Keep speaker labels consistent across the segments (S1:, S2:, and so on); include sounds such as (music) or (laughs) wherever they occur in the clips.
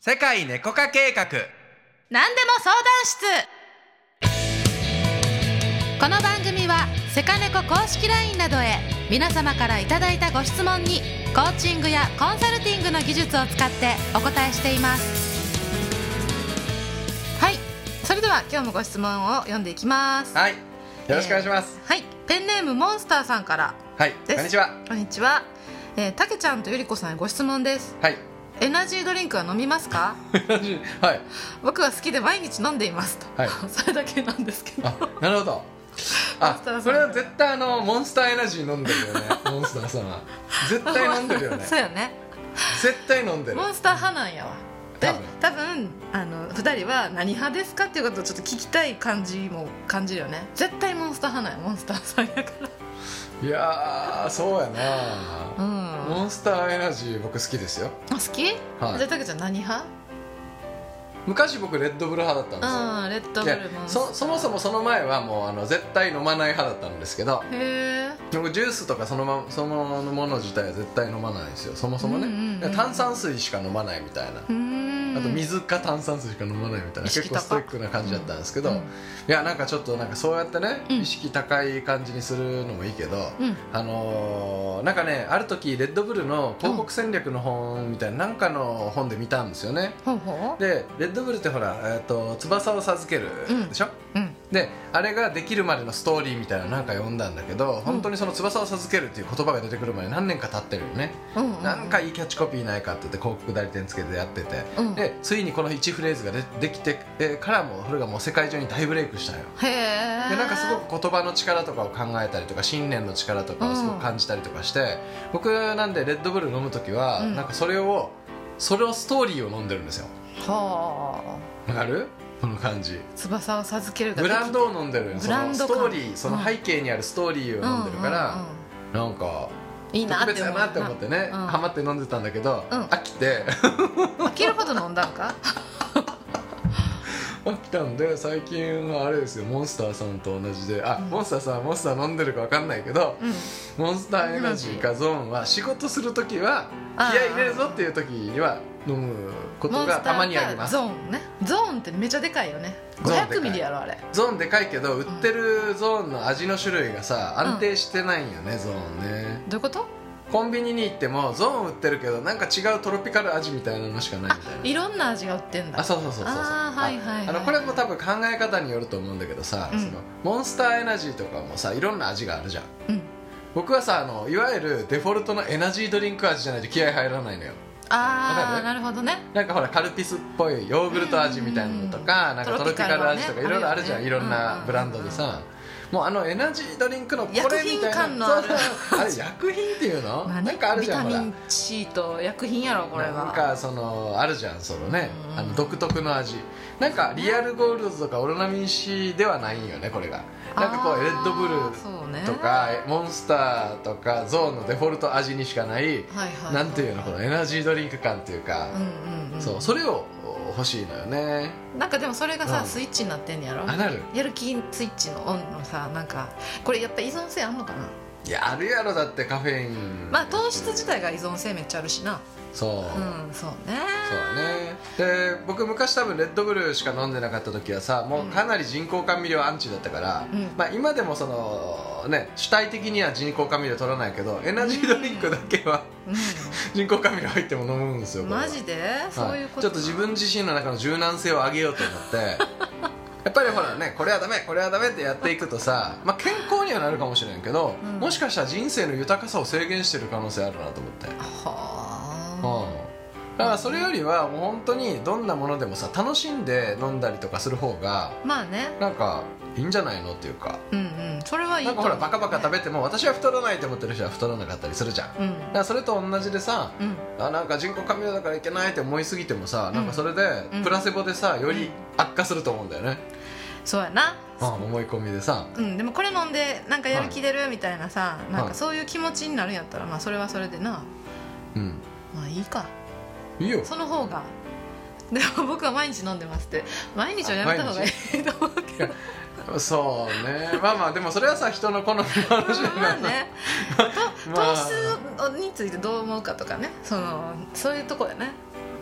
S1: 世界猫化計画
S2: 何でも相談室この番組はセカネコ公式 LINE などへ皆様からいただいたご質問にコーチングやコンサルティングの技術を使ってお答えしていますはいそれでは今日もご質問を読んでいきます
S1: はいよろしくお願いします、
S2: はいペンネームモンスターさんから
S1: はい
S2: です
S1: こんにちは
S2: こんにちはえーたけ、ちゃんとゆりこさんへご質問です
S1: はい (laughs)
S2: エナジードリンクは飲みますか
S1: はい
S2: 僕は好きで毎日飲んでいますと、
S1: はい
S2: (laughs) それだけなんですけど
S1: あなるほ
S2: (laughs)
S1: ど
S2: モンスターさ
S1: あ
S2: ん
S1: それは絶対あのモンスターエナジー飲んで
S2: (laughs)
S1: るよねモンスターさんは絶対飲んでるよね
S2: そうよね
S1: 絶対飲んでる
S2: モンスター派なんやわで
S1: 多分
S2: 多分あの2人は何派ですかっていうことをちょっと聞きたい感じも感じるよね絶対モンスター派なんやモンスターさんやか
S1: いやーそうやな、
S2: らうんあ
S1: モンスターエナジー僕好きですよ
S2: 好き、
S1: はい
S2: じゃあたけちゃん何派
S1: 昔僕レッドブル派だったんですよ
S2: うんレッド
S1: い
S2: ブ
S1: や
S2: ルモンスター
S1: そそもそもその前はもうあの絶対飲まない派だったんですけど
S2: へえ
S1: 僕ジュースとかその,、ま、そのもの自体は絶対飲まないんですよそもそもね、
S2: うんうんうん
S1: 炭酸水しか飲まないみたいな、
S2: うーん
S1: あと水か炭酸水しか飲まないみたいな
S2: 意識
S1: 結構ストイックな感じだったんですけど、いやなんかちょっとなんかそうやってね、
S2: うん
S1: 意識高い感じにするのもいいけど、
S2: うん
S1: あのーなんかねある時レッドブルの広告戦略の本みたいななんかの本で見たんですよね
S2: ほうほ
S1: でレッドブルってほら、えー、と翼を授ける
S2: うん
S1: でしょ、
S2: ううん
S1: であれができるまでのストーリーみたいなのなんか読んだんだけど本当にその翼を授けるっていう言葉が出てくるまで何年か経ってるよね、
S2: うんうん
S1: なんかいいキャッチコピーないかって言って広告代理店つけてやってて、
S2: うん
S1: でついにこの1フレーズがでできてえーからもうそれがもう世界中に大ブレイクしたよ
S2: へえ
S1: でなんかすごく言葉の力とかを考えたりとか信念の力とかをすごく感じたりとかして、僕なんでレッドブル飲む時は、
S2: うん
S1: なんかそれをそれをストーリーを飲んでるんですよ
S2: はあ
S1: わかるこの感じ
S2: 翼を授けるが
S1: ブランドを飲んでるよ
S2: ブ
S1: そ
S2: ラ
S1: の
S2: ン
S1: ス
S2: ド感
S1: トーリーその背景にあるストーリーを飲んでるから、
S2: うんうんうん
S1: なんか
S2: いいな
S1: 特
S2: って
S1: 別だなって思ってね、
S2: うん
S1: ハマって飲んでたんだけど、
S2: うん
S1: 飽きて (laughs)
S2: 飽きるほど飲んだんか
S1: 飽きたんで最近はあれですよモンスターさんと同じであ、
S2: うん
S1: モンスターさんモンスター飲んでるか分かんないけど
S2: うん
S1: モンスターエナジーかゾーンは仕事する時は気
S2: あー
S1: 合い入れるぞっていう時には飲むこと
S2: モンス
S1: が
S2: ター
S1: たまにあります
S2: かゾーンねゾーンってめちゃでかいよね
S1: ゾーンでかい
S2: 500ミリやろあれ
S1: ゾーンでかいけど売ってるゾーンの味の種類がさ安定してないんよね、ゾーンね
S2: どういうこと
S1: コンビニに行ってもゾーン売ってるけどなんか違うトロピカル味みたいなのしかない
S2: あ
S1: みたいない
S2: ろんな味が売ってんだ
S1: あそうそうそうそうそう
S2: あーはいはいはい
S1: あのこれも多分考え方によると思うんだけどさ、
S2: うん
S1: そのモンスターエナジーとかもさいろんな味があるじゃん
S2: うん
S1: 僕はさあのいわゆるデフォルトのエナジードリンク味じゃないと気合入らないのよ
S2: あ
S1: わか
S2: あ
S1: る
S2: なるほどね
S1: なんかほらカルピスっぽいヨーグルト味みたいなのとか,、
S2: うん
S1: なんかトロピカル味とか
S2: トロピカルはね
S1: いろいろあるじゃん、
S2: ある
S1: い
S2: よ
S1: ろ
S2: ね
S1: んなブランドでさ、もうあのエナジードリンクのこれみたいな
S2: 薬品感のある
S1: そうそうあれ薬品っていうの
S2: 何
S1: なんかあるじゃんほ
S2: ビタ
S1: ら
S2: ミン C と薬品やろこれは
S1: なんかそのあるじゃんそのね、
S2: うん
S1: あの独特の味なんかリアルゴールドとかオロナミン C ではないんよねこれがなんかこ
S2: あ
S1: う
S2: ー
S1: レッドブル
S2: そうね
S1: とか、モンスターとかゾーンのデフォルト味にしかない、
S2: はいはいはい
S1: なんていうのこのエナジードリンク感っていうか、
S2: うんうんうん
S1: そうそれをお欲しいのよね
S2: なんかでもそれがさ
S1: うん
S2: スイッチになってんやろ
S1: あなる
S2: やる気スイッチのオンのさなんかこれやっぱ依存性あんのかない
S1: やあるやろだってカフェイン
S2: まあ糖質自体が依存性めっちゃあるしな
S1: そう、
S2: うんそうね
S1: そうだねで僕昔多分レッドブルしか飲んでなかった時はさもうかなり人工甘味料アンチだったから、
S2: うん
S1: まあ、今でもそのね主体的には人工甘味料取らないけどエナジードリンクだけは、
S2: う
S1: 人工甘味料入っても飲むんですよ
S2: ん
S1: これは
S2: マジで、そういうこと
S1: ちょっと自分自身の中の柔軟性を上げようと思って
S2: (laughs)
S1: やっぱりほらねこれはダメこれはダメってやっていくとさ、まあ、健康にはなるかもしれんけど、
S2: うん
S1: もしかしたら人生の豊かさを制限してる可能性あるなと思ってう
S2: は
S1: ん、だからそれよりはもう本当にどんなものでもさ楽しんで飲んだりとかする方が
S2: あまあね
S1: なんかいいんじゃないのっていうか
S2: うんうんそれはいい
S1: なん
S2: と
S1: か
S2: 思
S1: ほ
S2: う
S1: らバカバカ食べても私は太らないと思ってる人は太らなかったりするじゃんだか
S2: うん
S1: らそれと同じでさ
S2: うん
S1: あなんか人工甘味料だからいけないって思いすぎてもさなんかそれで
S2: うん
S1: プラセボでさより悪化すると思うんだよね、
S2: そうやな
S1: うん、思い込みでさ
S2: うんでもこれ飲んでなんかやる気出るみたいなさ、なん
S1: は
S2: か
S1: い
S2: そういう気持ちになるんやったらまあそれはそれでな
S1: うん
S2: まあいいか
S1: いいよ
S2: その方がでも僕は毎日飲んでますって毎日はやめた方がいいと思うけど
S1: そうねまあまあでもそれはさ人の好みの話だ
S2: (laughs) ま
S1: か
S2: あ
S1: (laughs)
S2: ね
S1: ら
S2: 糖質についてどう思うかとかねそのそういうとこやね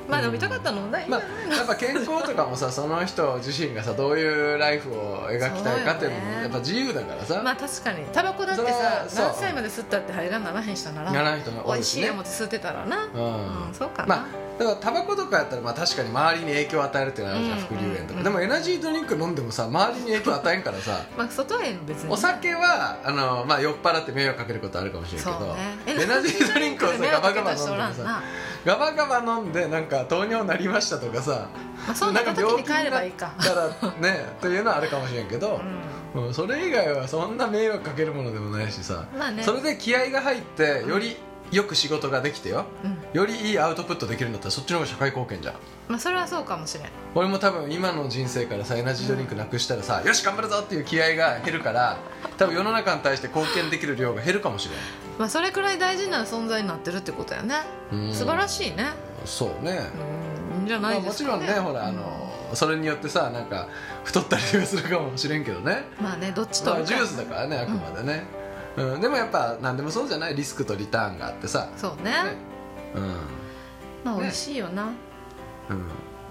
S2: まあでも痛かったのないんじ
S1: ま
S2: ゃ
S1: あ
S2: ない、
S1: やっぱ健康とかもさその人自身がさどういうライフを描きたいかっていうのも
S2: そうよね
S1: やっぱ自由だからさ、
S2: まあ確かにタバコだって
S1: それ
S2: さ
S1: はそう
S2: 何歳まで吸ったって肺がんならへんしたな
S1: や
S2: ら
S1: らない人も
S2: 美
S1: 多い
S2: 味し
S1: し
S2: い
S1: ね
S2: 思って吸ってたらな、
S1: う
S2: うん
S1: ん
S2: そうかな、
S1: まあだからタバコとかやったらまあ確かに周りに影響を与えるっていうのはあるじゃん、
S2: うん
S1: 副流煙と
S2: うんう
S1: か、
S2: ん
S1: でもエナジードリンク飲んでもさ周りに影響与えんからさ
S2: まあ外への別に
S1: お酒はあの、まあ、酔っ払って迷惑かけることあるかもしれんけ
S2: そう
S1: ど、
S2: ね
S1: エナジ (laughs) ードリンクをさ
S2: 迷
S1: ガ
S2: 惑
S1: バガ
S2: かけ
S1: バ
S2: た
S1: 飲んで
S2: 人お
S1: も
S2: らんな、
S1: さ
S2: ま
S1: ガバガバ飲んでなんか糖尿になりましたとかさ
S2: あ、そうなった時に帰ればいいか
S1: だからねというのはあるかもしれんけど、うん、それ以外はそんな迷惑かけるものでもないしさ、
S2: うんまあね
S1: それで気合が入ってよりよく仕事ができてよ
S2: うん
S1: よりいいアウトプットできるんだったらそっちの方が社会貢献じゃん
S2: まあそれはそうかもしれん
S1: 俺も多分今の人生からさエナジードリンクなくしたらさ、よし頑張るぞっていう気合が減るから多分世の中に対して貢献できる量が減るかもしれ
S2: まあそれくらい大事な存在になってるってことやね
S1: うん
S2: 素晴らしいね
S1: んそうね、
S2: うんいいんじゃ
S1: ま
S2: な
S1: あ、
S2: いで
S1: も
S2: す
S1: ち
S2: か
S1: ろん
S2: ね
S1: ねほらあのそれによってさなんか太ったりはするかもしれんけどね
S2: まあねどっちと
S1: ま
S2: る
S1: あ
S2: か
S1: ジュースだからねあくまでね、うんでもやっぱ何でもそうじゃないリスクとリターンがあってさ、
S2: そうね
S1: ねうん
S2: まあ
S1: ね
S2: 美味しいよな、
S1: うん、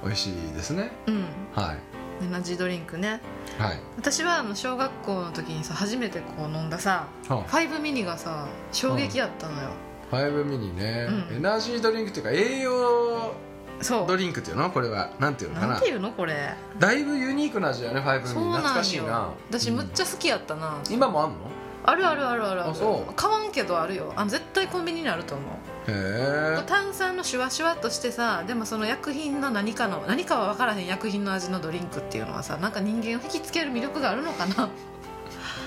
S1: 美味しいですね
S2: うん
S1: は
S2: エナジードリンクね
S1: いはい
S2: 私はあの小学校の時にさ初めてこう飲んださフ
S1: は
S2: ァイブミニがさ衝撃やったのよ、
S1: ファイブミニね、
S2: うん
S1: エナジードリンクっていうか栄養
S2: そ
S1: ド
S2: う
S1: リンクっていうのこれはなんていうのか
S2: な
S1: なん
S2: ていうのこれ
S1: だいぶユニークな味だよねファイブミ
S2: そう
S1: ニ懐
S2: な
S1: か
S2: ん
S1: しい
S2: よ
S1: な
S2: 私むっ
S1: うん
S2: ちゃ好きやったな、
S1: 今もあんの
S2: あるあるあるある
S1: あそう
S2: 買わんけどあるよあの絶対コンビニにあると思う
S1: へ
S2: 炭酸のシュワシュワっとしてさでもその薬品の何かの何かは分からへん薬品の味のドリンクっていうのはさなんか人間を引きつける魅力があるのかな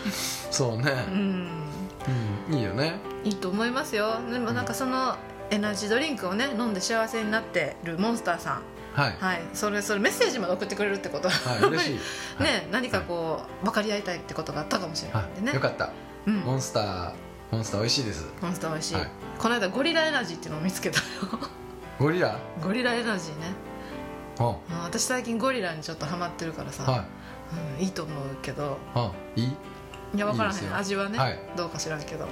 S1: えそうね、
S2: うん
S1: うんいいよね
S2: いいと思いますよでもなんかそのエナジードリンクをね飲んで幸せになってるモンスターさん
S1: はい、
S2: はいそれそれメッセージまで送ってくれるってこと
S1: はい、嬉しい、はい
S2: (laughs) ね何かこう分かり合いたいってことがあったかもしれないんで
S1: は
S2: ね
S1: い、よかった
S2: うん
S1: モンスターモンスター美味しいです
S2: モンスター美味しい、
S1: はい
S2: この間ゴリラエナジーっていうのを見つけたよ
S1: ゴリラ
S2: ゴリラエナジーね
S1: うん
S2: うん私最近ゴリラにちょっとハマってるからさ、
S1: はい
S2: うん、いいと思うけど
S1: うんいい、
S2: いや分からへ
S1: いいです
S2: ん
S1: よ
S2: 味はね、
S1: はい
S2: どうか知らんけど、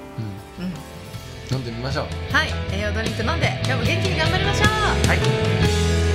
S1: うん、
S2: うん、
S1: 飲んでみましょう
S2: はい栄養ドリンク飲んで今日も元気に頑張りましょう
S1: はい